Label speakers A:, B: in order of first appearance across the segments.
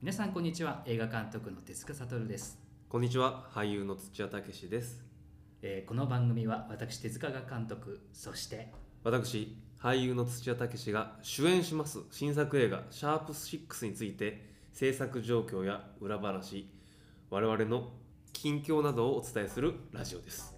A: 皆さんこんにちは映画監督の手塚悟です、
B: こんにちは俳優の土屋武史です
A: えーこの番組は私手塚が監督そして
B: 私俳優の土屋武史が主演します新作映画「シャープ #6」について制作状況や裏話我々の近況などをお伝えするラジオです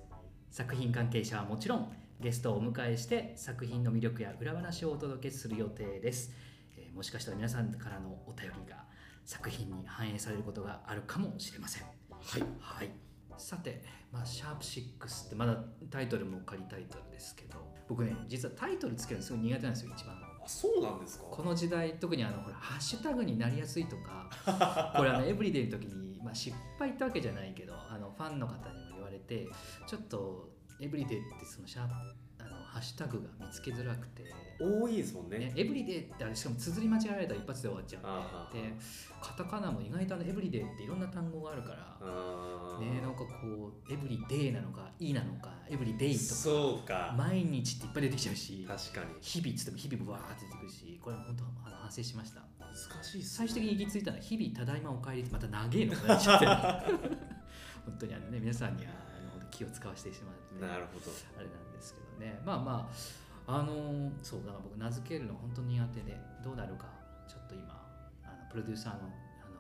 A: 作品関係者はもちろんゲストをお迎えして作品の魅力や裏話をお届けする予定です、えーもしかしたら皆さんからのお便りが作品に反映されることがあるかもしれません
B: はい
A: はいさて、まあ、シャープ6ってまだタイトルも仮タイトルですけど僕ね実はタイトルつけるのすごい苦手なんですよ一番
B: あそうなんですか
A: この時代特にあのほらハッシュタグになりやすいと かこれあのエブリデイの時に、まあ、失敗ってわけじゃないけどあのファンの方にも言われてちょっとエブリデイってそのシャープあのハッシュタグが見つけづらくて、
B: 多いですもんね
A: ね、エブリデイってあれしかも綴り間違えられたら一発で終わっちゃ
B: あ
A: うん
B: ー
A: ででカタカナも意外とあのエブリデイっていろんな単語があるから、
B: あ
A: ね、なんかこうエブリデイなのかイなのかエブリデイとか
B: そうか、
A: 毎日っていっぱい出てきちゃうし
B: 確かに
A: 日々っつっても日々もわーって出てくるしこれは本当あの反省しました
B: 難しいっ
A: 最終的に行き着いたのは日々ただいまお帰りってまた長えのかなっちゃ って本当にあのね皆さんにはあの気を使わせてしまって
B: なるほど
A: あれなんですけどねまあまああのーそうだから僕名付けるの本当に苦手でどうなるかちょっと今あのプロデューサーのあの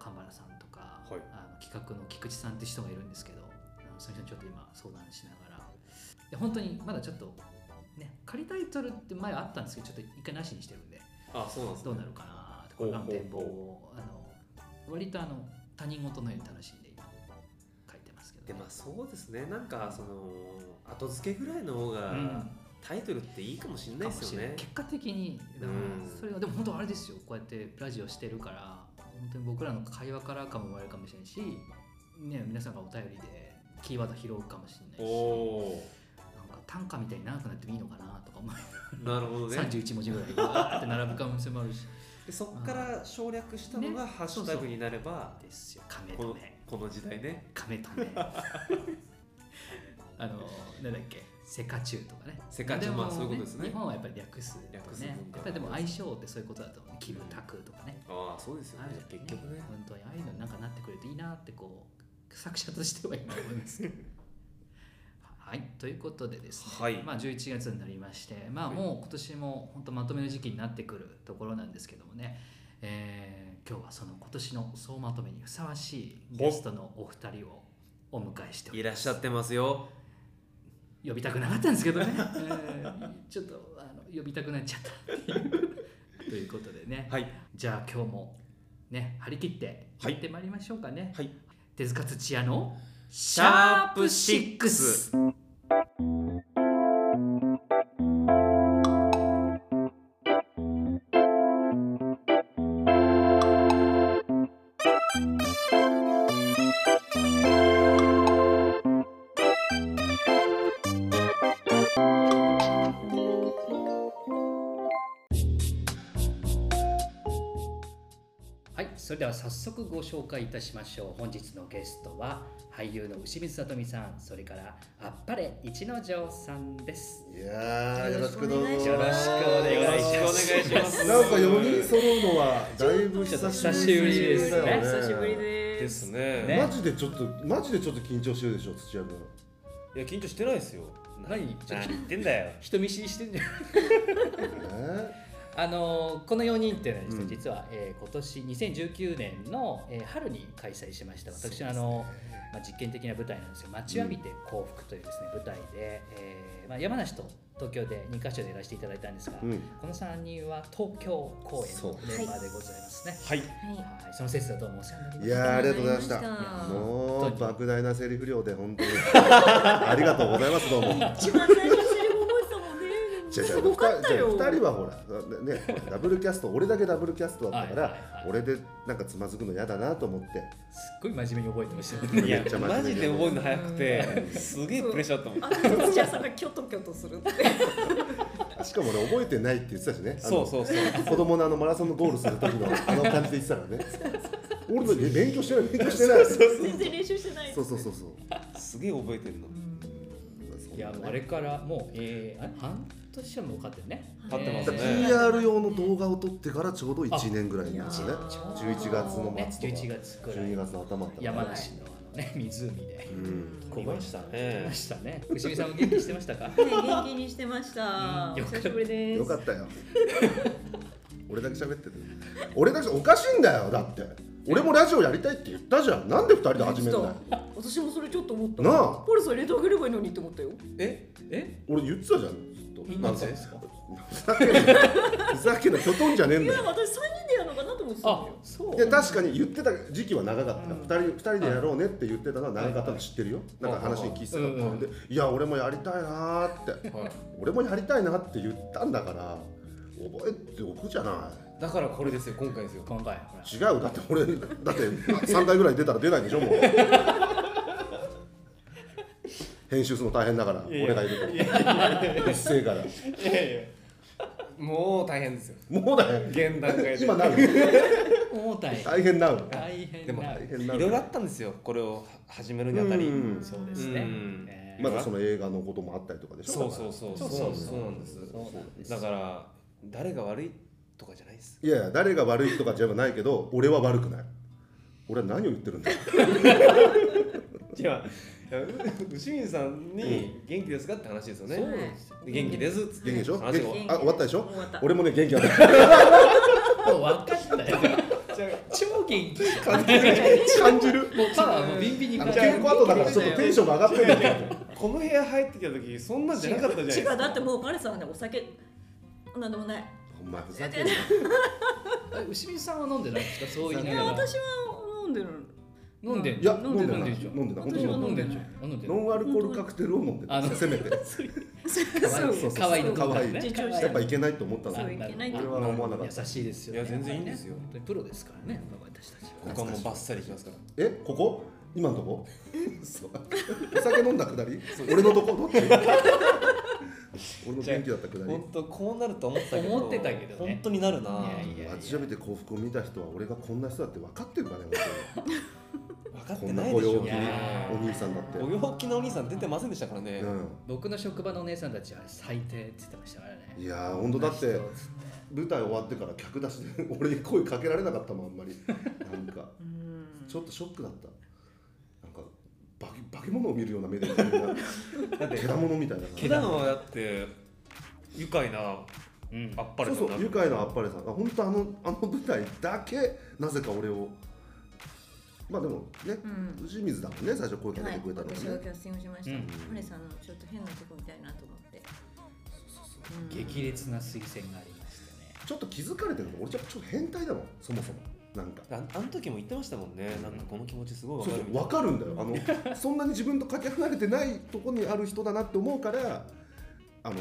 A: 神原さんとか、
B: はい
A: あの企画の菊池さんって人がいるんですけどあのその人にちょっと今相談しながらで本当にまだちょっとね仮タイトルって前はあったんですけどちょっと一回なしにしてるんで
B: あそうなんです
A: どう
B: ね
A: なるかなってこれからの展望をあの割とあの他人事のように楽しんで今書いてますけど
B: で
A: ね、
B: まあそうですねなんかその後付けぐらいの方が、
A: うん
B: タイトルっていいかもしれない
A: か
B: で
A: も
B: す
A: し
B: よ
A: れな
B: ね
A: い結果的にだから
B: うん
A: それがでも本当あれですよこうやってラジオしてるから本当に僕らの会話からかも生まれるかもしれないし、ね、皆さんがお便りでキーワード拾うかもしれないし
B: お
A: なんか短歌みたいに長くなってもいいのかなとか思い
B: ーなるほどね
A: 31文字ぐらいわーって並ぶ可能性もあるし
B: でそこから省略したのがハッシュタグになれば、
A: ですよ亀
B: こ
A: 止
B: の
A: め。
B: この時代ね
A: 亀止 めあのなんだっけセカチュウとかね
B: セカチュ
A: で
B: ウ
A: も
B: まあそういうことですね
A: 日本はやっぱり略すと
B: 略す
A: ね
B: 文化
A: やっぱりでも相性ってそういうことだと思うねキムタクとかね
B: ああそうですよ
A: ある
B: ね
A: じゃん
B: 結局ね
A: 本当にああいうのになんかなってくれるといいなってこう作者としては今思います けどはいということでですね、
B: はい
A: まあ、11月になりましてまあ
B: はい
A: もう今年も本当まとめの時期になってくるところなんですけどもね、えー今日はその今年の総まとめにふさわしいゲストのお二人をお迎えしており
B: い
A: ます
B: らっしゃってますよ
A: 呼びたくなかったんですけどね、えーちょっとあの呼びたくなっちゃったっていう ということでね、
B: はい
A: じゃあ今日もね張り切って
B: はい
A: 行ってまいりましょうかね、
B: はい
A: 手塚土屋のシ
B: ャープシックス
A: はいそれでは早速ご紹介いたしましょう本日のゲストは俳優の牛水さとみさんそれからあっぱれ一之丞さんです
C: いやーよろしくどうぞ
A: よろしくお願いします
B: よろしくお願いします
C: なんか4人揃うのはだいぶ久しぶりだよね
A: 久
D: 久しぶり
B: で
D: ですす。
B: ね
A: ね
C: マジでちょっとマジでちょっと緊張してるでしょ土屋君
B: いや緊張してないですよ
A: 何ちょっと
B: 言ってんだよ
A: 人見知りしてんじゃん
C: え
A: あのこの4人っていうのはですね、
C: うん
A: 実は、えー今年2019年の、えー春に開催しました私の、あのまあ、実験的な舞台なんですよ「待ちわびて幸福」というですね、舞台で、えーまあ、山梨と東京で2か所でやらせていただいたんですが、
C: うん
A: この3人は東京公演
C: そう
A: のメンバーでございますね。
B: はい
D: は
A: はい、その説はどうもお世話になりま
C: い
A: した。
C: やーありがとうございまし
D: ありがとうござ
C: た
D: いました
C: も
A: 本
C: う
A: 当に
C: 莫大なセリフ量で本当に ありがとうございますどうも違う違う
D: い。一番最初セリフ覚えてたもんね。すごかったよ。
C: 2人はほらねほらダブルキャスト俺だけダブルキャストだったか
A: はいはいは
C: ら
A: い
C: 俺でなんかつまずくの嫌だなと思って
A: すっごい真面目に覚えてましたね。
B: いや
C: めっちゃ真
B: マ
C: 面目
B: ジで覚えるの早くてすげえプレッシャーだったもん
D: あの土屋さんがキョトキョトするって。
C: しかも俺覚えてないって言ってたしねあの
B: そうそうそう
C: 子供のあのマラソンのゴールする時のあの感じで言ってたからね俺のえ勉強してない勉強してない
D: 全然練習してない。
C: そうそうそうそう
B: すげえ覚えてるの
C: まあそんなね
A: いやもうあれからもう、えー、あれ半としてはもう買ってるね
D: 買ってますね
A: えー
D: PR
C: PR 用の動画を撮ってからちょうど1年ぐらいなんですよね
D: あいやー
C: 11月の
A: ね
C: 末と
A: 11
C: か
A: 月くら
C: 12
A: い
C: 月の頭とか
A: 山梨のあのね湖で
C: うん
B: 来ました
A: 来
B: ね
A: ま。したね伏見さんも元気してましたか
D: ね元気にしてました。
A: うん
D: お久しぶりです。
C: よかったよ俺だけ喋ってる俺だけおかしいんだよだって俺もラジオやりたいって言ったじゃんなんで2人で始めるんだよ
D: ちょっと私もそれちょっと思った。
C: なあ
D: ポルさん入れてあげればいいのにって思ったよ。
B: え、
A: え
C: 俺言ってたじゃんずっとなんか
A: ですか
C: ふざけんなふざけんなきょとんじゃねえん
D: い
C: だ
D: や、
C: よ
D: 私三人でやるのかなと思ってたん
A: あ
D: だよ。
A: そう
C: いや確かに言ってた時期は長かったよ、二人二人でやろうねって言ってたのは長かったの知ってるよ、
B: い
C: なんか話に聞いてたから、
A: うんうん
C: でいや俺もやりたいなーって
B: はい。
C: 俺もやりたいなって言ったんだから覚えておくじゃない
B: だからこれですよ、今回ですよ。
A: 今回ほら
C: 違うだって俺だって3回ぐらい出たら出ないでしょ もう編集するの大変だから
B: いや
C: 俺がいるとうっせえから
B: もう大変ですよ。
C: もうだよ
B: 現段階で。
C: 今なる
A: 重たい
C: 大変なの
A: 大変
B: でも
A: な
C: 大変
B: い
C: な
B: ろ
C: の
B: いろあったんですよ、これを始めるにあたり。
C: うん
A: そうですね
B: うん
A: えー
C: まだその映画のこともあったりとかでしょ
B: そうそうそう
A: そう
B: そ
A: そうう
B: そうなんです
A: そうなんです
B: だから誰が悪いとかじゃないです
C: いやいや誰が悪いとかじゃないけど俺は悪くない俺は何を言ってるんだ
B: じゃあ牛水さんに元気ですかって話ですよね
A: そうですよ
B: で元気ですっつって
C: 元気でしょ
B: 話
C: 元
B: が
C: 気あ終わったでしょ
D: 終わった
C: 俺もね元気だった
A: もう分かったよ
B: じゃあ
A: 超元気
C: 感じる
A: もうパワーもビンビンに
C: あ
A: 感
C: の
A: じ
C: 稽古後だからちょっとテンションが上がってるんだけど
B: この部屋入ってきた時そんなんじゃなかったじゃないです
D: 違
B: か
D: う、だってもうパルさんはね、お酒。なんでもない。
C: お前ふざけんな
A: え牛水さんは飲んでないんですかそう言い
D: い
A: な
D: や、
A: がら
D: 私は飲んでる。
A: 飲んでん
C: いや
A: 飲
C: 飲
A: ん
C: ん
A: で
C: で
A: る
C: ない
A: 飲んでるでしょ
C: 飲んでない本当
A: 飲
C: に飲んでない
D: 私は
A: んでるでしょ飲んでる
C: ノン
D: 飲んでない
C: アルコールカクテルを飲んで
A: あの
C: るせめて
A: そう
D: そ
A: 可愛いの
C: 可愛い
A: ね
D: 可愛い
C: やっぱいけないと思ったの
D: そういけないと
C: 俺は思わなかった
A: 優しいですよね
B: いや全然いいんですよ
A: 本当にプロですからね私たちは
B: 他もバッサリしますから
C: えここ今のとこ嘘お酒飲んだくだり俺のとこどっち俺の元気だったくだり
B: 本当こうなると思ったけど
A: 思ってたけどね
B: 本当になるない
A: やいや
C: あっちじゃめて幸福を見た人は俺がこんな人だって分かってるかね本当に
B: 分かってないでしょ
C: こんなご陽気
B: いや
C: お兄さんだって
B: ご陽気なお兄さん出てませんでしたからね、
C: う
A: 僕の職場のお姉さんたちは最低って言ってましたから
C: ん
A: ね
C: いやー本当だって舞台終わってから客出しで 俺に声かけられなかったもんあんまりなんか
D: うん。
C: ちょっとショックだったなんか化け化け物を見るような目で見てみんな
B: だって
C: けだものみたいな
B: 普段はだって愉快なあ
A: うん
B: っぱれ
C: そうそう愉快なあっ
B: れ
C: ぱれさんが本当あのあの舞台だけなぜか俺をまあでもね
D: うん。
C: 藤水だもんね最初声かけ
D: は
C: て
D: い
C: くれたのはね、
D: 私がキャスティングしました。
A: うん
D: パルさんのちょっと変なとこみたいなと思って。うん
A: 激烈な推薦がありましてね
C: ちょっと気づかれてるの俺ちょっと変態だもんそもそもなんか
B: ああの時も言ってましたもんね、なんかこの気持ちすごいわ
C: そう
B: か
C: そ
B: る
C: う
B: みたい
C: 分
B: な
C: かるんだよあのそんなに自分とかけ離れてないとこにある人だなって思うからあの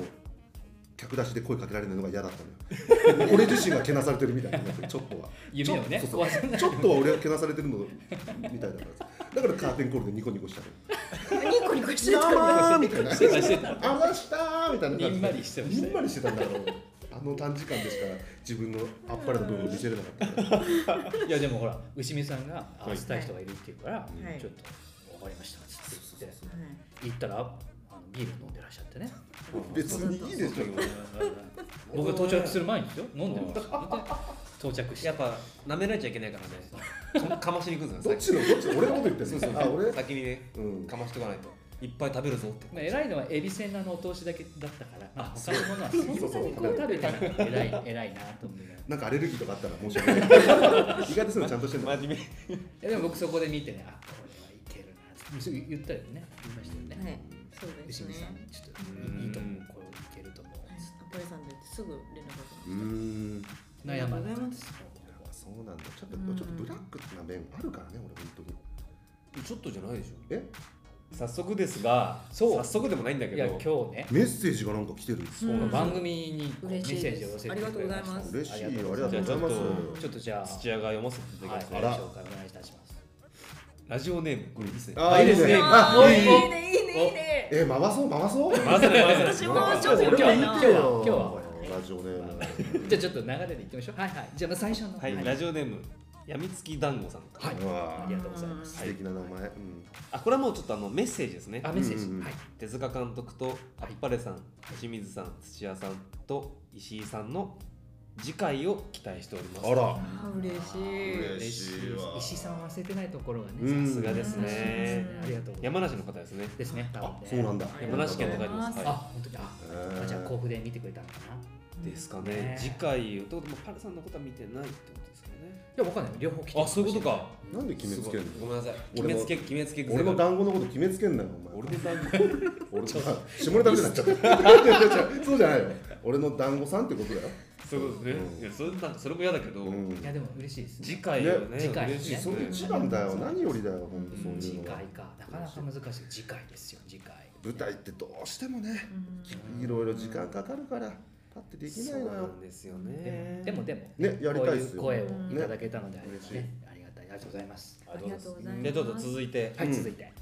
C: 客出しで声かけられないのが嫌だった のよ俺自身がけなされてるみたいになってちょっとは
A: 夢をね
C: ちょそうそ
A: 壊
C: う
A: さない
C: ちょっとは俺がけなされてるのみたいだからだからカーテンコールでニコニコしたの
D: ニコニコして
C: ど
D: た
C: う
D: の。
C: もーみたいな
A: してたしてた
C: あざしたーみたいな感じで
A: にんまりしてましたよ
C: にんまりしてたんだろうあの短時間でしか自分のあっぱれの部分を見せれなかったから
A: いやでもほら牛水さんが会したい人がいるっていうから、
D: い
A: ちょっと分かりましたっつって言って
D: は い
A: 行ったらあのビール飲んでらっしゃって ね
C: 別にいいでしょ
A: 僕が到着する前にですよ飲んでるんですよで到着して
B: やっぱ舐められちゃいけないから ねかかましに行くんです
C: ど
B: よ
C: っちのどっちの俺のこと言ってる
B: そうそう
C: あ俺
B: 先にね
C: うん
B: かましとかないといっぱい食べるぞって
A: まあ、偉いのはエビせんのあのお通しだけだったから、あ、他のものはそんなにこう食べたの が偉い、偉いなと思いながら。い
C: なんかアレルギーとかあったら申し訳ない 意外とそういうのちゃんとしてるの
B: 真面
A: やでも僕そこで見てね、あ、これはいけるな。すぐ言ったよね、言いましたよね。
D: はい。そうで
A: 牛
D: すね
A: 見。さん、ちょっ
B: うん
A: といいと思う、これいけると思う。
D: はいパルさんだってすぐ連絡が来ま
C: う
D: し
C: ーん
A: 悩ま
D: あり
A: な
D: が
A: い
D: とうございます
C: そうなんだちょっと
D: うん
C: ちょっとブラックな面あるからね俺本当に
B: 目ちょっとじゃないでしょ
C: え
B: 早速ですが
A: そう
B: 早速でもないんだけ
A: いや、
B: ど
A: 今日ね、
C: メッセージがなんか来てる
D: う
A: こ
D: ん
A: の番組にこうメッ
D: 嬉
A: セ
D: しいで
A: ージ
D: す
A: を寄せてくれまし
D: ありがとうございま
A: た
D: す。
C: 嬉しいよありがとう
B: じ
C: ござ
B: ゃあ
C: い
B: ちょっ
C: ます
B: と
A: ちょっとじゃあ、
B: 土屋が読ませていただき
A: は
B: ま
A: い、
B: す
A: ご
B: ね、
C: ら
A: 紹介お願いいたします。
B: ラジオネームこれいいですね
C: あーいいですね
D: た。
C: あ
D: いい
C: いい
D: ね、いいね、いいね。
C: え回そう回そう
B: 回せない回せない
D: 私もちょっと
A: 今日
D: 今
A: は今
D: 日な
A: 日。は今日は
C: ラジオネーム
A: じゃあちょっと流れでいきましょう。はいはい。じゃあまあ最初の。
B: はい、ラジオネームやみつき団子さんか
A: はいあ
C: は
A: りがとうございます
C: 素敵な名前、うん、
B: あこれはもうちょっとあのメッセージですね
A: あメッセー
C: うんうんうん
A: ジはい
B: 手塚監督とあっぱれさん、清水さん土屋さんと石井さんの次回を期待しております
C: あら
D: あ嬉しい
C: 嬉しいわ
A: 石井さんを忘れてないところが
C: う
A: ね
C: ん
A: さすが
B: ですね
A: ありがとうございま
B: 山梨の方ですね
A: すですね多分ね
C: そうなんだ
B: 山梨県と
D: で
B: 書いてます、
A: あ
B: は、
A: 本当にあ
C: へー
A: あじゃあ甲府で見てくれたのかない
B: ですかね
A: ね
B: 次回をということでまあパレさんのことは見てないってことですかね
A: いやわかんない両方来てる
B: あそういうことか
C: なんで決めつける
B: ご
C: の
B: めんなさい決
C: 俺
B: め
C: の
B: つけ決めつけ癖が
C: 俺の団子のこと決めつけんなよお前
B: 俺の団
C: 俺のあ下ネタみたいになっちゃった違う違う違うそうじゃないよ俺の団子さんってことだよ
B: そういうことですね、
C: うん
B: いやそれなんかそれも嫌だけど、
C: うん
A: いやでも嬉しいですね
B: 次回をね
A: ね次回
B: 嬉しいです
C: そ
B: ね
C: れ一番だよ何よりだよ本当そう
A: 次
C: いうのは
A: 回かなかなか難しい次回ですよ次回
C: 舞台ってどうしてもね
A: うん
C: いろいろ時間かかるからパッてできない
B: そ
C: の
B: うな
C: よ
B: んですよ
A: で
B: ね
A: もでもでも
C: ねやりたいっすよ
A: こういう
D: うん
A: 声をいただけたのであれば
C: 嬉しい
A: ねありがたいありがとうございます
D: ありがとうございます
B: でどうぞ続いて、
A: はい
C: うん
A: 続いて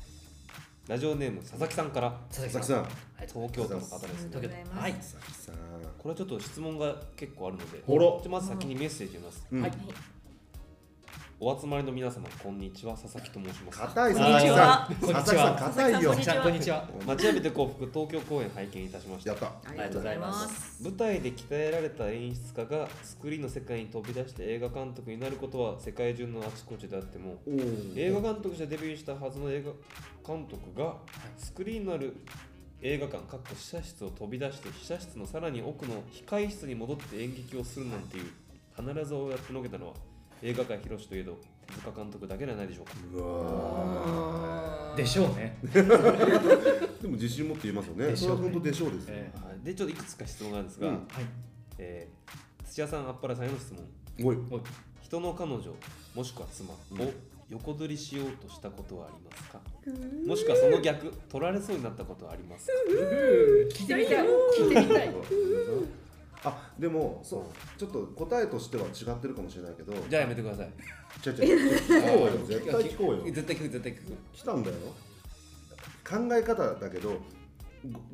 B: ラジオネーム佐々木さんから
A: 佐々
C: 佐々木さん
A: ありがとうご
B: 東
A: ざい
B: 京都の方です
A: ます東京
D: ありがとうございま
A: 都
D: す
A: はい
C: 佐々木さん
B: これはちょっと質問が結構あるので
C: ほら
B: ちょっとまず先にメッセージ読みます、
C: うん
A: はい
B: お集まりの皆様こんにちは佐々木と申します
C: 硬い佐
D: こんに
C: 々
D: ち
C: 木さ
D: は
C: ん
A: こんにちは
C: 佐々木さん硬いよ
D: 佐々木さんこんにちは
A: こんにちは
B: 町屋びて幸福東京公演拝見いたしまし
C: や
B: た
C: った
D: あ
A: りがとうございます
B: 舞台で鍛えられた演出家がスクリーンの世界に飛び出して映画監督になることは世界中のあちこちであっても
C: おー
B: 映画監督としてデビューしたはずの映画監督がスクリーンのある映画館かっこ試写室を飛び出して試写室のさらに奥の控え室に戻って演劇をするなんていう必ずをやってのけたのは映画界広しといえど手塚監督だけではないでしょうか
C: うわ
A: でしょうね
C: ーでも自信持って言いますよね
A: でし
C: それ
A: ょう
C: は
A: ね
C: 本当でしょうですよ
A: え
B: はいでちょっといくつか質問があるんですが、
C: うん
A: はい
B: えー土屋さんあっぱれさんへの質問
C: おい
A: おい
B: 人の彼女もしくは妻を
C: うん
B: 横取りしようとしたことはありますか、もしくはその逆取られそうになったことはありますか、
A: 聞いてみたい聞いてみたい
C: あでもそうちょっと答えとしては違ってるかもしれないけど
B: じゃあやめてください
C: 違う違う聞こうよ絶対聞こうよ
B: 絶対聞く絶対聞く
C: 来たんだよ考え方だけど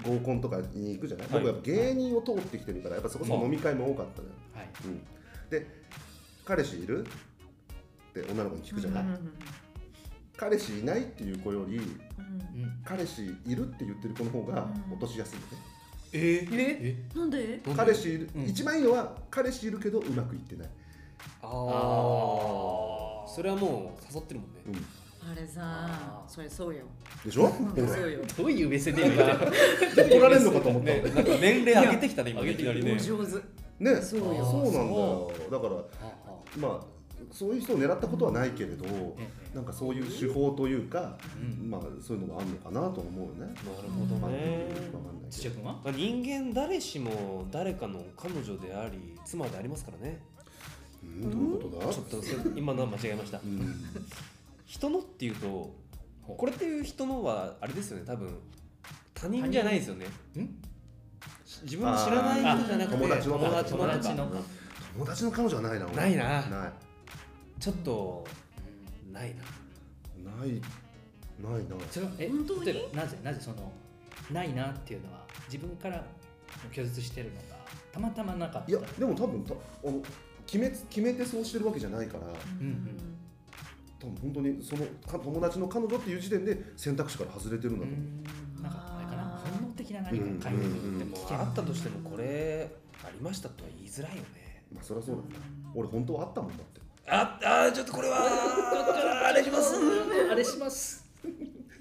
C: ご合コンとかに行くじゃない、
B: はい
C: 僕は芸人を通ってきてるからやっぱそこそこ飲み会も多かったのよ、
A: はい
C: うん、で彼氏いるって女の子に聞くじゃない、彼氏いないっていう子より
A: うん
C: 彼氏いるって言ってる子の方が
D: うん
C: 落としやすいよね、
B: え
A: え
D: なんで
C: 彼氏いる、
A: うん
C: 一番いいのは彼氏いるけどうまくいってない、
B: ああ
A: あー
B: それはもう誘ってるもんね
C: うん、
D: あれさ
A: あー
D: それそうよ
C: でしょ、
D: うんそうよ
A: どういう目線で見た
C: 怒られるのかと思った
B: ねなんか年齢上げてきたね今いきなりね
A: 上手
C: ね
D: そう
A: よ
C: そうなんだよだから
A: う
C: まあそういう人を狙ったことはないけれど、なんかそういう手法というか、
A: ん
C: まあそういうのがあるのかなと思うよね。
B: なるほどね
C: わかんない
A: 土
C: け
A: 屋
C: ど
A: 君は
B: まあ人間誰しも誰かの彼女であり妻でありますからね
C: うん、どういうことだ
B: ちょっとそれ今のは間違えました
C: うん、
B: 人のっていうと
A: ほう
B: これっていう人のはあれですよね多分他人じゃないですよね
A: ん
B: 自分の知らない人じゃなくて
C: あー友達の
B: 友達
A: 友達
B: の
A: の
C: 友達の彼女はないな俺
B: ないな
C: ない
B: ちょっとないな
C: ないないな
A: それはえ
D: 本当に
A: 例えばなぜなぜそのないなっていうのは自分から拒絶してるのがたまたまなかった
C: いやでも多分たあの決めつ決めてそうしてるわけじゃないから
A: うん
C: 多分本当にそのか友達の彼女っていう時点で選択肢から外れてるん
A: う
C: だと思う、
A: んなんかあれかな
D: あー
A: 本能的な何か
C: う
A: を
C: ん
A: 変え
C: うん
B: で
A: て
B: もあったとしてもこれありましたとは言いづらいよね
C: まあそりゃそうなんだ俺本当はあったもんだって
B: ああちょっとこれはあれします
A: あれします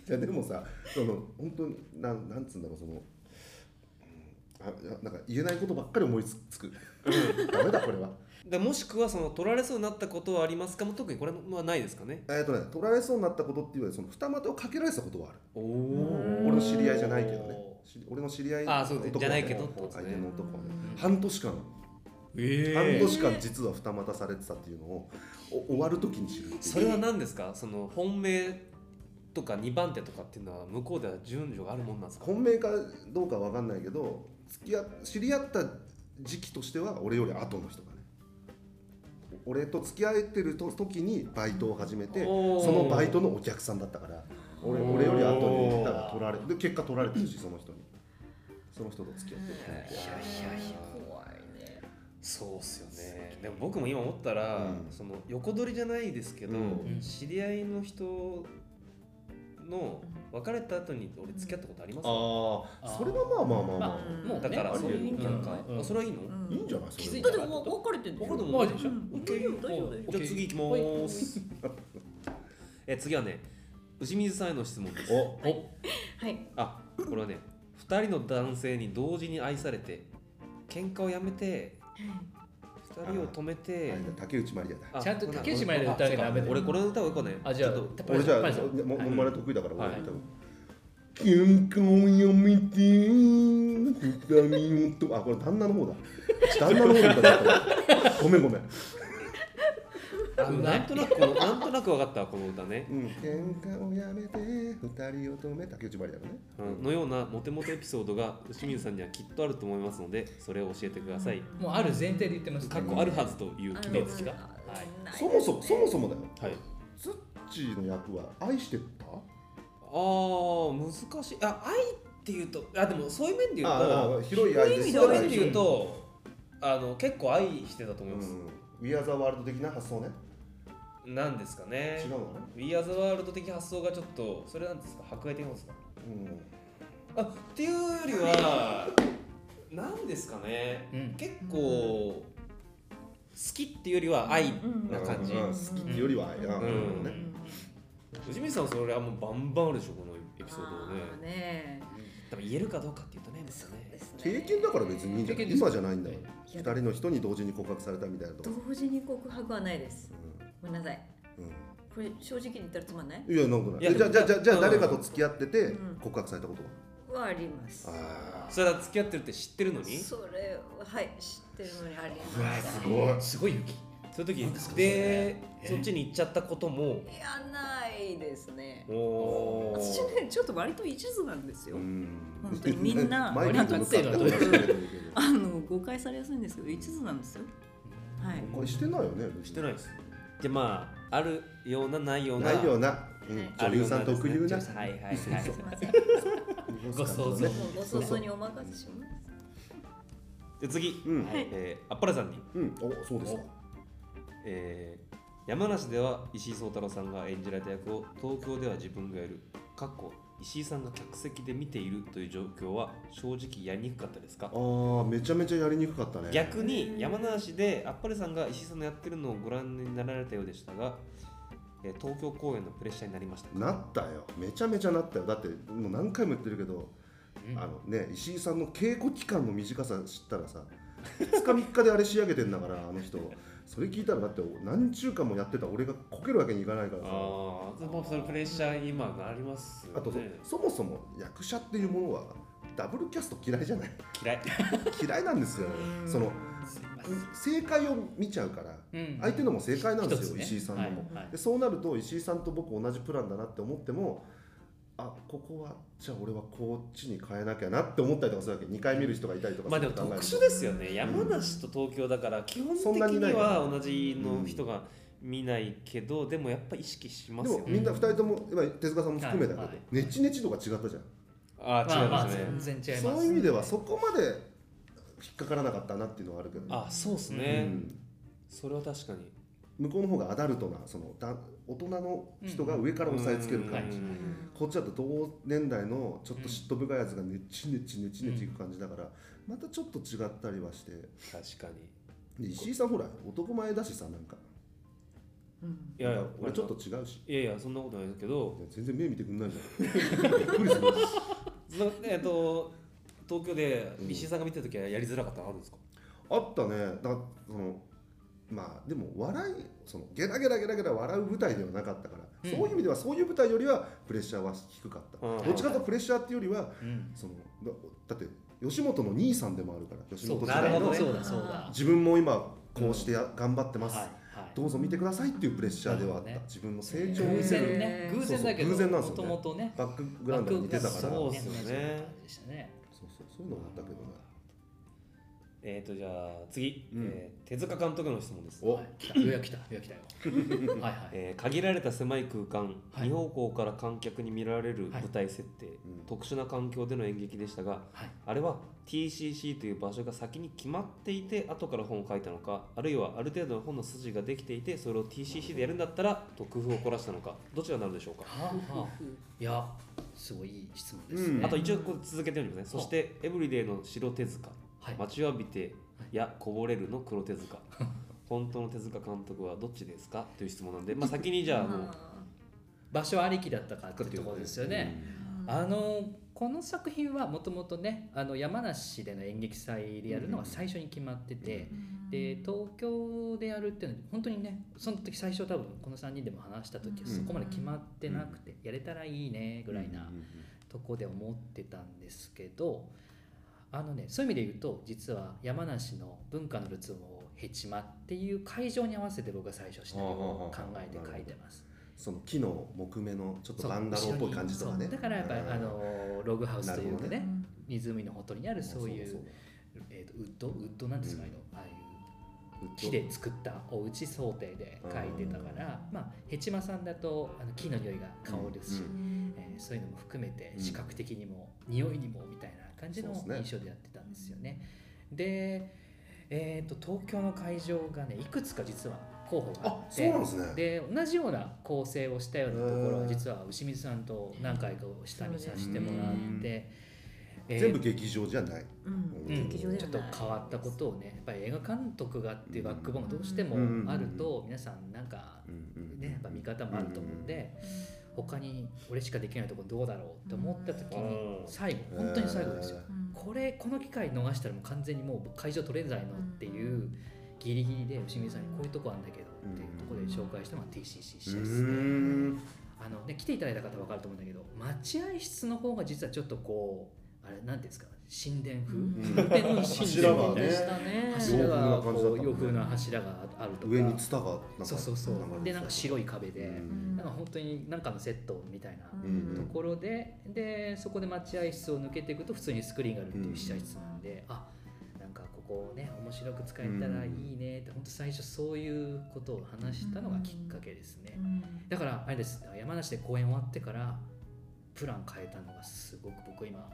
C: いやでもさその本当になんなんつうんだろうその、うんあいやなんか言えないことばっかり思いつつくダメだこれは
B: でもしくはその取られそうになったことはありますかも特にこれはないですかね
C: えっとね取られそうになったことっていうよりその二股をかけられてたことはある
B: お
D: ー
C: 俺の知り合いじゃないけどねし俺の知り合いの
B: あそう
C: 男はね
B: じゃないけどってことね
C: 相手の男はね
A: うん
C: 半年間
B: え
C: 半年間実は二股されてたっていうのをお終わる時に知るっていう
B: それは何ですかその本命とか2番手とかっていうのは向こうでは順序があるもんなんですか
C: 本命かどうかわかんないけど付き合知り合った時期としては俺より後の人がねお俺と付き合えてると時にバイトを始めて
B: おー
C: そのバイトのお客さんだったから俺
B: おー
C: 俺より後に行ったら取られで結果取られてるしその人にその人と付き合ってる
B: いやいやいや
D: 怖いね
B: そうっすよねでも僕も今思ったら、
C: うん
B: その横取りじゃないですけど、
C: うん
B: 知り合いの人の別れた後に俺付き合ったことありますよ、
C: あ
A: あ
C: あ
A: ー
C: それはまあまあまあまあ、
D: うん
A: もう
B: だから
A: ね
B: そういう意味なのか、
A: うん
B: あそれはいいの、
D: うん
C: いいんじゃない
A: 気づい
D: だ
A: た
D: っ
A: ら
D: てもう別れてんでしょ
B: 僕でもいいでしょ、
A: う
D: う
B: OK
D: ん大丈夫大丈夫
B: じゃあ次行きまーす え次はね牛水さんへの質問です
C: お
D: はい
B: あこれはね2人の男性に同時に愛されて喧嘩をやめて2人を止めて
C: あ竹内まりやだ
B: あ
A: ちゃんと
B: ごめ
A: 竹内まりやで歌わなきゃダメだよ
B: 俺これ歌う一個ね
A: あじゃあ
B: ちょっと
A: パリ
C: 俺
A: さ
C: じ
A: ん
C: ゃ
A: パ
C: あ
A: リさん
C: も
A: はい
C: ものまね得意だから俺
B: はい
C: 多分喧嘩をやめて二人をとあこれ旦那の方だ旦那の方だったなごめんごめん、
B: あなんとなくこのなんとなく分かったわこの歌ね、
C: うん、喧嘩をやめて二人を止め竹内まりやだね
B: うん、のようなモテモテエピソードが牛水さんにはきっとあると思いますのでそれを教えてください
A: もうある前提で言ってます
B: かっこあるはずという決め付きがはい
C: そもそもそもそもだよ
B: はい
C: ツッチーの役は愛してた
B: ああ難しいあ愛っていうとあでもそういう面で言うと
C: あ広い愛です
B: そういう意味で言うと、あの結構愛してたと思います。
C: ウィアザワールド的な発想ね
B: なんですかね
C: 違。うのね、
B: We Are the World 的発想がちょっと、それなんですか、迫害的なんですか。
C: うん、
B: あっていうより は、なんですかね、
A: うん
B: 結構、好きっていうよりは愛な感じ。
C: う
B: う
C: ん好
B: ん
C: きっていうよりは愛な、
D: うん
C: ね
B: 藤水さんはそれはもうバンバンあるでしょ、このエピソードをね。
D: まあね
B: 多分言えるかどうかっていうとね、また
D: そうで
B: ね。
D: すね
C: 経験だから別にいいんじゃない
A: 経験です
C: 今じゃないんだよ
D: い
C: 二
D: や
C: 人の人に同時に告白されたみたいなとこ
D: 同時に告白はないですごめんなさい
C: うん
D: これ正直に言ったらつまんない
C: うんいやなんかないい
B: や
C: えじゃあじゃあじゃあじゃあ
B: うん
C: 誰かと付き合ってて
D: うん
C: 告白されたことは、
D: はあります
C: あ
B: それは付き合ってるって知ってるのに。
D: それははい知ってるのにあり
C: うわ
D: ます
C: すごい
A: すごい雪
B: そういう
A: なんです
B: 時
A: か
B: で
A: それ
B: そっちに行っちゃったことも。
D: いやないですね
B: おー
D: 私ねちょっと割と一途なんです
C: ー
D: よ、
C: うん
D: 本当にみん な
C: 前に向かって
A: なんかっていうのは
C: うん
D: あの誤解されやすいんですけど一途なんですよはい
C: これしてないよね
B: してないです。じゃあまああるようなないような。
C: ないような、う
D: はい
C: ん、女優さん特
B: ある
C: 有な
B: ようですねはいはいは
D: す
B: い
D: い。ません
A: ご想像
C: ね
D: もうご
C: そ
D: 想
C: うそ
D: 像
C: う
D: にお任せします
B: で次、
C: うん
B: はいえー、アッパレさんに、
C: うんおそうですか
B: えー山梨では石井聡太郎さんが演じられた役を東京では自分がやる。かっこ石井さんが客席で見ているという状況は正直やりにくかったですか
C: あ。ーめちゃめちゃやりにくかったね
B: 逆に山梨であっぱれさんが石井さんのやってるのをご覧になられたようでしたが、えー東京公演のプレッシャーになりましたか
C: なったよめちゃめちゃなったよだってもう何回も言ってるけど、あのね石井さんの稽古期間の短さ知ったらさ2日3日であれ仕上げてんだからあの人それ聞いたらだって何週間もやってた俺がこけるわけにいかないからさ
B: ああ、まあそれプレッシャー今がありますよね。
C: あとそそもそも役者っていうものはダブルキャスト嫌いじゃない
B: 嫌 い。
C: 嫌いなんですよその正解を見ちゃうから
A: うん
C: 相手のも正解なんで
A: 一
C: す
A: つ
C: よ、
A: ね
C: 石井さんのも、
A: はいはい
C: でそうなると石井さんと僕同じプランだなって思ってもあここはじゃあ俺はこっちに変えなきゃなって思ったりとかするわけ2回見る人がいたりとか
B: まあでも
C: そういうの
B: 特
C: 考える
B: 殊ですよね。山梨と東京だから基本
C: そんな
B: 的
C: にない
B: に
C: よ
B: は同じの人が見ないけど、でもやっぱ意識しますよ
C: とでも
B: ね。
C: みんな2人とも今手塚さんも含めだけど、
A: はいはい
C: ネチネチ度が違ったじゃん、
B: あ
A: まあま
B: あ
A: あ
B: 違います
A: 全
B: ね。
A: 然違います
C: そういう意味ではそこまで引っかからなかったなっていうのはあるけど、
B: あそうです
C: う
B: ね、
C: ん
B: それは確かに。
C: 向こうの方がアダルトなそのだ大人の人が上から押さえつける感じ、
B: うん
C: こっちだと同年代のちょっと嫉妬深いやつがネチネチネチネチいく感じだから、またちょっと違ったりはして
B: 確かに。
C: で石井さんほら男前だしさなんか
D: うん
B: いやいや、
C: 俺ちょっと違うし
B: いやいや、そんなことないですけど、
C: 全然目見てくんないじゃん びっくりする
B: そのえっと、東京で石井さんが見てた時はやりづらかったのあるんですか、
C: あったねだからそのまあでも笑いそのゲラゲラゲラゲラ笑う舞台ではなかったから、
A: うん
C: そういう意味ではそういう舞台よりはプレッシャーは低かった、
B: うん
C: どっちかというとプレッシャーっていうよりは
A: うん
C: そのだだって吉本の兄さんでもあるから吉
A: そう
C: 本時
B: なる
C: 代
B: ほど
C: の
B: ね
A: そうだそうだ
C: 自分も今こうしてや、頑張ってます、
A: はい
C: どうぞ見てくださいっていうプレッシャーではあった、
A: なるほどね
C: 自分の成長を
A: はい
C: 見
A: 偶
C: せ
A: 然
C: る
A: ね偶然だけど
C: そうそう偶然なんです
A: も
C: よ
A: と
C: ね
A: もとね
C: バックグラウンドに似てたから
A: バック
C: そう
A: グラウンド
B: そうっすよ
A: そ
B: ね
A: ういう感じでしたね
C: そうそういうのがあったけどね
B: えっ、とじゃあ次、
C: うん
B: えー手塚監督の質問です、
C: お、
A: はい来たようやく来たようやく来たよはい はい
B: えー限られた狭い空間、
A: はい
B: 二方向から観客に見られる舞台設定、
C: うん
B: 特殊な環境での演劇でしたが
A: はい
B: あれは TCC という場所が先に決まっていて後から本を書いたのかあるいはある程度の本の筋ができていてそれを TCC でやるんだったらと工夫を凝らしたのかどちらになるでしょうか
A: はあはあいやすごいいい質問です
C: うん
A: ね
B: あと一応こう続けてるんですねそして「エブリデイの白手塚」
A: はい
B: 待ちわびて」や「こぼれる」の黒手塚本当の手塚監督はどっちですかという質問なんで、まあ、先にじゃあもう
A: 場所ありきだったかっていうところですよねあのこの作品はもともとねあの山梨での演劇祭でやるのが最初に決まってて、で東京でやるっていうのは本当にねその時最初多分この3人でも話した時は
D: うん
A: そこまで決まってなくて、やれたらいいねぐらいな
C: うん
A: とこで思ってたんですけどあのねそういう意味で言うと実は山梨の文化のルツボヘチマっていう会場に合わせて僕は最初シナリオを考えて書いてます。
C: その木の木目のちょっと
A: そう
C: バンダローっぽい感じとかね
A: そうだからやっぱりあのログハウスというか
C: なるほど
A: ね湖のほとりにあるそういう
C: だ
A: えーとウッドウッドなんですか、
C: うん
A: あのああいう
C: ウッド
A: 木で作ったお家想定で書いてたから、まあヘチマさんだとあの木の匂いが香るし、
C: うん
A: えーそういうのも含めて
C: うん
A: 視覚的にも、匂いにもみたいな感じの
C: そうですね
A: 印象でやってたんですよね。で、えー、と東京の会場がねいくつか実は候補があ
C: あ
A: っ
C: そう
A: て
C: なんですね
A: で同じような構成をしたようなところ
C: へ
A: は
C: ー
A: 実は牛水さんと何回かを下見させてもら
C: そう
A: っ
C: で
A: て、えー
C: 全部劇場じゃない
D: うん
A: うん
D: 劇場で
A: ちょ
D: は
A: っと
D: ない
A: 変わったことをねやっぱり映画監督がっていうバックボーンがどうしてもあると皆さんなんかねやっぱ見方もあると思うんで他に俺しかできないとこどうだろうって思った時に
B: うん
A: 最後本当に最後ですよ
C: へー
D: うん
A: これこの機会逃したらもう完全にもう会場取れないのっていうギリギリで清水さんにこういうとこあんだけどっていうところで紹介したのが TCCC
C: う
A: ですね。
C: ーん
A: あのね、来ていただいた方分かると思うんだけど待合室の方が実はちょっとこうあれなんていうんですか神殿風、
D: うん
A: 古典の神
C: 柱
A: 殿
C: が
A: みたいな
C: ね
D: でしたね
A: 柱がこう
C: 洋
A: 洋
C: 風
A: 風
C: な
A: な柱があるとか
C: 上にツタがなんか
A: そうそうそう
C: 流れてた
A: でなんか白い壁で、
C: うん
A: なんか本当になんかのセットみたいな
C: うん
A: ところででそこで待合室を抜けていくと普通にスクリーンがあるっていう試合室なんで、あなんかここをね面白く使えたらいいねって本当最初そういうことを話したのがきっかけですね、だからあれです山梨で公演終わってからプラン変えたのがすごく僕今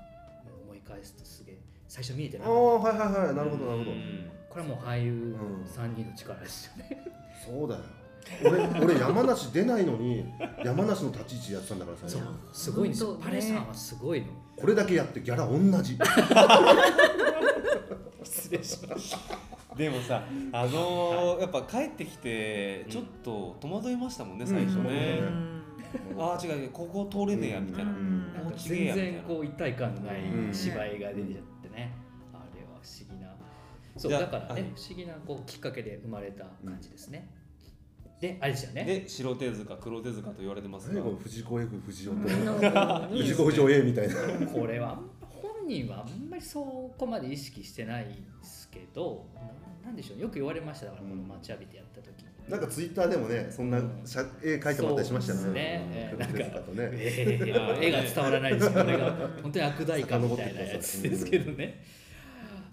A: 思い返すとすげえ最初見えてな
C: あ
A: かっ
C: あ
A: た
C: はいはいはいなるほどなるほど
B: うん
A: これはもう俳優
C: うん
A: 3人の力ですよね、
C: そうだよ俺俺山梨出ないのに山梨の立ち位置でやってたんだから
A: そ
C: さ
A: うすごいんですよ、
D: 本当
A: パ
D: ね
A: レさんはすごいの
C: これだけやってギャラ同じ
B: 失礼しましたでもさあのーやっぱ帰ってきてちょっと戸惑いましたもんね最初ね、ああ違う違うここ通れねえやみたいな、
D: うん
A: なんか
B: 大きい
A: 全
B: やみたいな
A: 然こう一体感のない
C: うん
A: 芝居が出てちゃってね、あれは不思議なそう
B: じゃあ
A: だから
B: は
A: ね
B: い
A: 不思議なこうきっかけで生まれた感じですね、であれですよね
B: で白手塚黒手塚と言われてます
C: 最
B: が
C: 後藤子 F 不二雄
D: うん
C: と藤子不二雄 A みたいな
A: これは本人はあんまりそこまで意識してないですけどななんでしょうよく言われましただからこの待ちわびてやった時に、
C: なんかツイッターでもねそんな写絵描いてもらったりしましたよ
A: そうです
C: ね
A: ね
C: 黒手塚とね
A: ええ絵が伝わらないですけどね本当に悪代官みたいなやつですけどね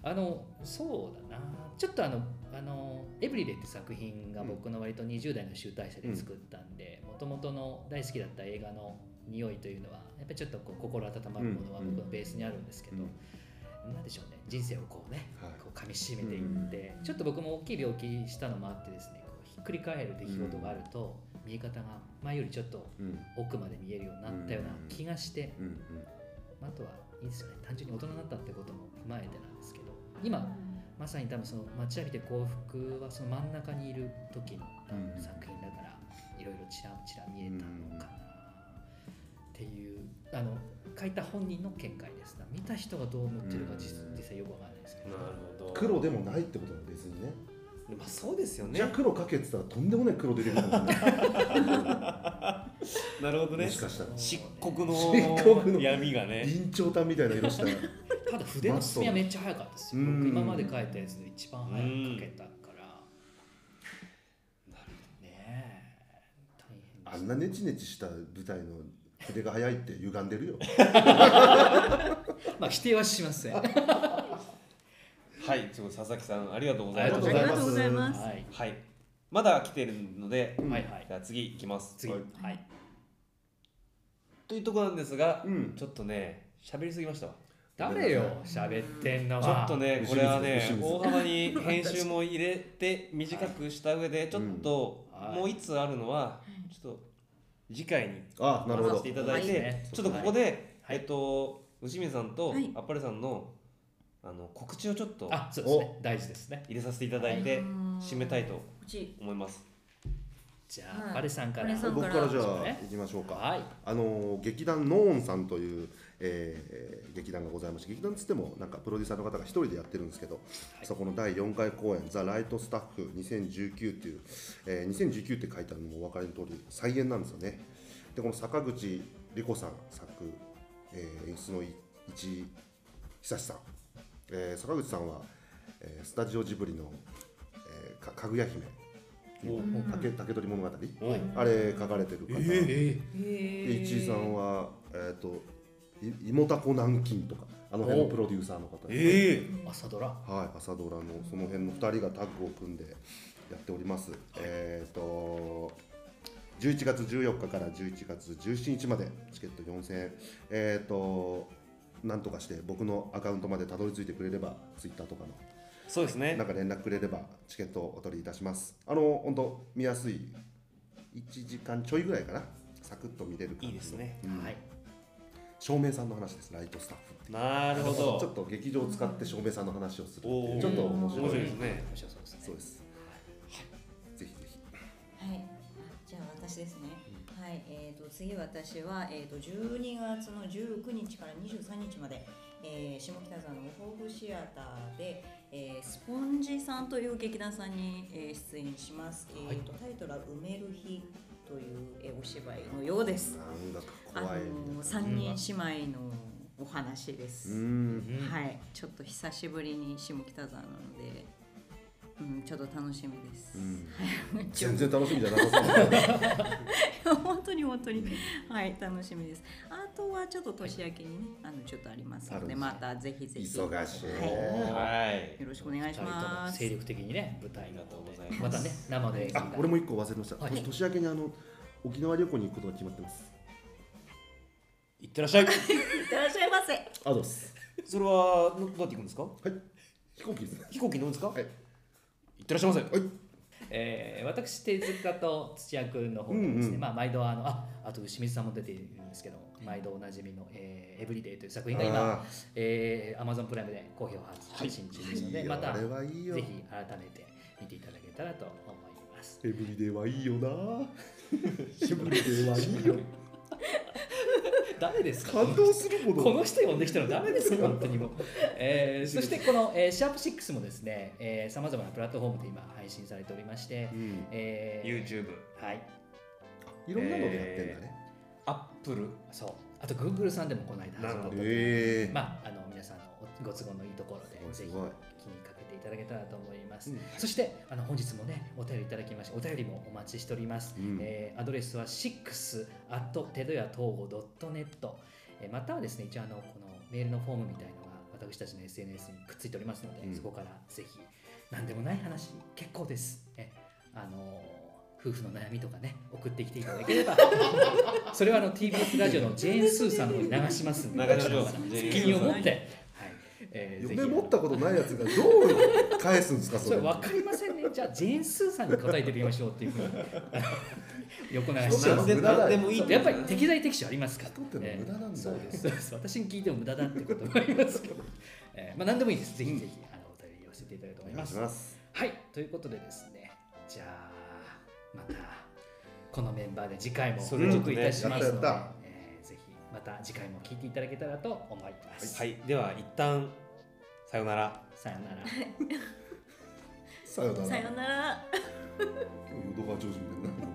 A: あのそうだなちょっとあの「あのエブリデイ」って作品が僕の割と20代の集大成で作ったんでもともとの大好きだった映画の匂いというのはやっぱりちょっとこう心温まるものは僕のベースにあるんですけど、なんでしょうね人生をこうね、
C: はい
A: こう噛みしめていって、
D: うん
A: ちょっと僕も大きい病気したのもあってですねこうひっくり返る出来事があると、見え方が前よりちょっと
C: うん
A: 奥まで見えるようになったような気がして、
C: うん
A: あとはいいですよね単純に大人になったってことも踏まえてなんですけど今まさに多分その「待ちわびて幸福」はその真ん中にいる時の多分
C: うん
A: 作品だから、いろいろちらちら見えたのかなっていうあの書いた本人の見解ですな見た人がどう思ってるか実
C: うん
A: 実際よくわからないですけど。
B: ほど
C: 黒でもないってことは別にね
B: まあそうですよね
C: じゃあ黒描けって言ったらとんでもない黒出てくるもんね
B: なるほど
C: も
B: ね
C: しかしたら
B: 漆黒の
C: 漆黒の
B: 闇がね
C: 備長炭みたいな色したら
A: ただ筆の進みはめっちゃ早かったですよ
C: うん
A: 僕今まで書いたやつで一番早く書けたからねえ大変
C: あんなネチネチした舞台の筆が速いって歪んでるよ
A: まあ否定はしません
B: 早はい、ということで佐々木さんありがとうござ
A: あ
B: い
A: り
B: ま
A: がとうご
B: す。
A: ざいます
D: ありがとうございます
A: はい
B: はい、まだ来てるので、
C: うん
A: はいはい
B: じゃあ次行きます。
A: 次は
C: はいい
B: というところなんですが、
C: うん
B: ちょっとね、喋りすぎましたわ。
A: 誰よ喋ってんのは
B: ちょっとね、これはね
C: 牛水、
B: 大
C: 牛
B: 幅に編集も入れて短くした上で、ちょっと
A: はい
B: もう一つあるのは、
D: い
B: ちょっと次回に
C: あなる
B: 話さ
C: ほど
B: せていただ
A: は
B: い
A: い
B: て
A: ね、
B: ちょっとここで、
A: はい
B: えっと、牛水さんと
D: はい
B: あっぱれさんのあの告知をちょっと
A: あそうですね大事ですね
B: 入れさせていただいて、締めたいと思います。
A: じゃ
D: は
A: あ
D: い
A: パレさんか
D: パ
A: ら
D: レさん
C: 僕からじゃあ
A: そうね
C: 行きましょうか、
A: はい
C: あの劇団ノーンさんという、えー劇団がございまして劇団つってもなんかプロデューサーの方が一人でやってるんですけど、そこの第4回公演「ザ・ライトスタッフ2019」っていう、えー2019って書いてあるのもお分かりの通り再演なんですよねでこの坂口莉子さん作、えー演出のい市久志さん、えー坂口さんは、えースタジオジブリの「えーかかぐや姫」竹竹取物語
B: お
C: あれ書かれてる方、
A: え
C: で
D: 一
C: 一井さんは、えー、といいもたこ南京とかあの辺
A: お
C: のプロデューサーの方で
B: え
A: ー朝ドラ
C: はい、朝ドラのその辺の2人がタッグを組んでやっております、えっ、と11月14日から11月17日までチケット4000円えっ、となんとかして僕のアカウントまでたどり着いてくれればツイッターとかの
B: そうですね
C: なん。か連絡くれればチケットをお取りいたします。あの本当見やすい1時間ちょいぐらいかな、サクッと見れる感じの
B: いいですね
C: うん
A: はい
C: 照明さんの話です、ライトスタッフっていう。
B: なるほ
C: ちょっ
B: ど。
C: と劇場を使って照明さんの話をするって
B: お
C: い
B: ー
C: う。ちょっと面
B: 面
C: 白
B: 白い
C: い。
B: ですね。
A: 面白そうですね
C: そうです。ぜひぜひ。
E: はい。あじゃあ私ですね。はい。えっ、と次私はえっ、と12月の19日から23日まで、えー下北沢のオホーブシアターで、えースポンジさんという劇団さんに、えー出演します。えっ、とタイトルは埋める日という、えーお芝居のようです。
C: 音楽
E: あ
C: 怖いみ
E: の
C: たい
E: 三
C: な。
E: 人姉妹のお話で
C: う
E: す。
C: ん。
A: うん
E: はい。ちょっと久しぶりに下北沢なので、うんちょっと楽しみです。
C: うん全然楽しみじゃなさそうだね。
E: 本当に本当にはい楽しみですあとはちょっと年明けにね、あのちょっとあります
C: あ
E: の
C: るん
E: で
C: です
E: ま
C: ね
E: たぜひぜひ
C: 忙しい
E: は
B: はい
E: い、。よろしくお願いし
A: 二人と
E: ま
A: も
E: す
A: 精力的にね舞台の方
B: ありがとうござい
A: で
B: ます
A: またね生で
C: あ、俺も一個忘れてました。
A: はい
C: 年年明けにあの沖縄旅行に行くことが決まってます。
B: いってらっしゃい。
E: いってらっしゃいませ
C: あどうです。
B: それはどうやって行くんですか
C: はい。飛行機ですね。
B: 飛行機乗るんですかはい行ってらっしゃいませ
C: はい。
A: えー、私手塚と土屋君の方がですね、
C: うんうん
A: まあ、毎度あのああと牛水さんも出ているんですけど毎度おなじみの「えー、エブリデイ」という作品が今
C: あー、
A: えー、Amazon プライムで好評発配信中ですので、
C: いいよ
A: また
C: あれ
A: ぜ
C: はいいよ
A: ひ改めて見ていただけたらと思います。
C: エブリデイはいいよ なエブリデイはいいよ
A: 誰ですか
C: 感動するほど
A: この人呼んできたのダメですよ、 本当にもう。えーそしてこの、えーシャープ6もですね、さまざまなプラットフォームで今配信されておりまして、
C: うん
A: えー
B: YouTube
A: はい、
C: いろんなのでやってんだね、
B: Apple
A: そう、あと Google さんでもこの間始まった
C: えー
A: まあ、あの皆さんのご都合のいいところで、ぜ
C: す
A: ひ気
C: ごい
A: にかけていただけたらと思います。
C: うん
A: そしてあの本日もねお便りいただきましてお便りもお待ちしております。
C: うん
A: えーアドレスは 6at テドヤ東吾 .net、えーまたはですね一応あのこのメールのフォームみたいのが私たちの SNS にくっついておりますので、
C: うん
A: そこからぜひ何でもない話結構です。えあのー夫婦の悩みとかね送ってきていただけれ ばそれはあの TBS ラジオのジェーン・スーさんの方に流しますんで
B: 流しましょう
A: 責任を持って、はいえーぜひ
C: 嫁持ったことないやつがどう返すんですかそ
A: そ
C: れ
A: れ分かりません ねじゃあジェーン・スーさんに答えてみましょうっていうふうに横流ししま
B: 何
C: 人の
A: す
B: で
C: 無駄だよ
B: 何でもいい
A: やっぱり適材適所ありますから
C: 人ってのは無駄なんだよ
A: えーそうですそうです私に聞いても無駄だってことがありますけど、えーまあ、何でもいいですぜひぜひあのお便り寄せていただきたいと
C: お
A: 思いま
C: 願いし
A: す
C: ます
A: はいということでですねじゃあまたこのメンバーで次回も
B: それ
A: 続いた
B: ち
A: し
C: ょっとね
A: ますので、
C: やったやった
A: えーぜひまた次回も聞いていただけたらと思います、
B: はいでは一旦さようなら
A: さよなら
C: さよなら
E: さようなら
C: 淀川長寿みたいな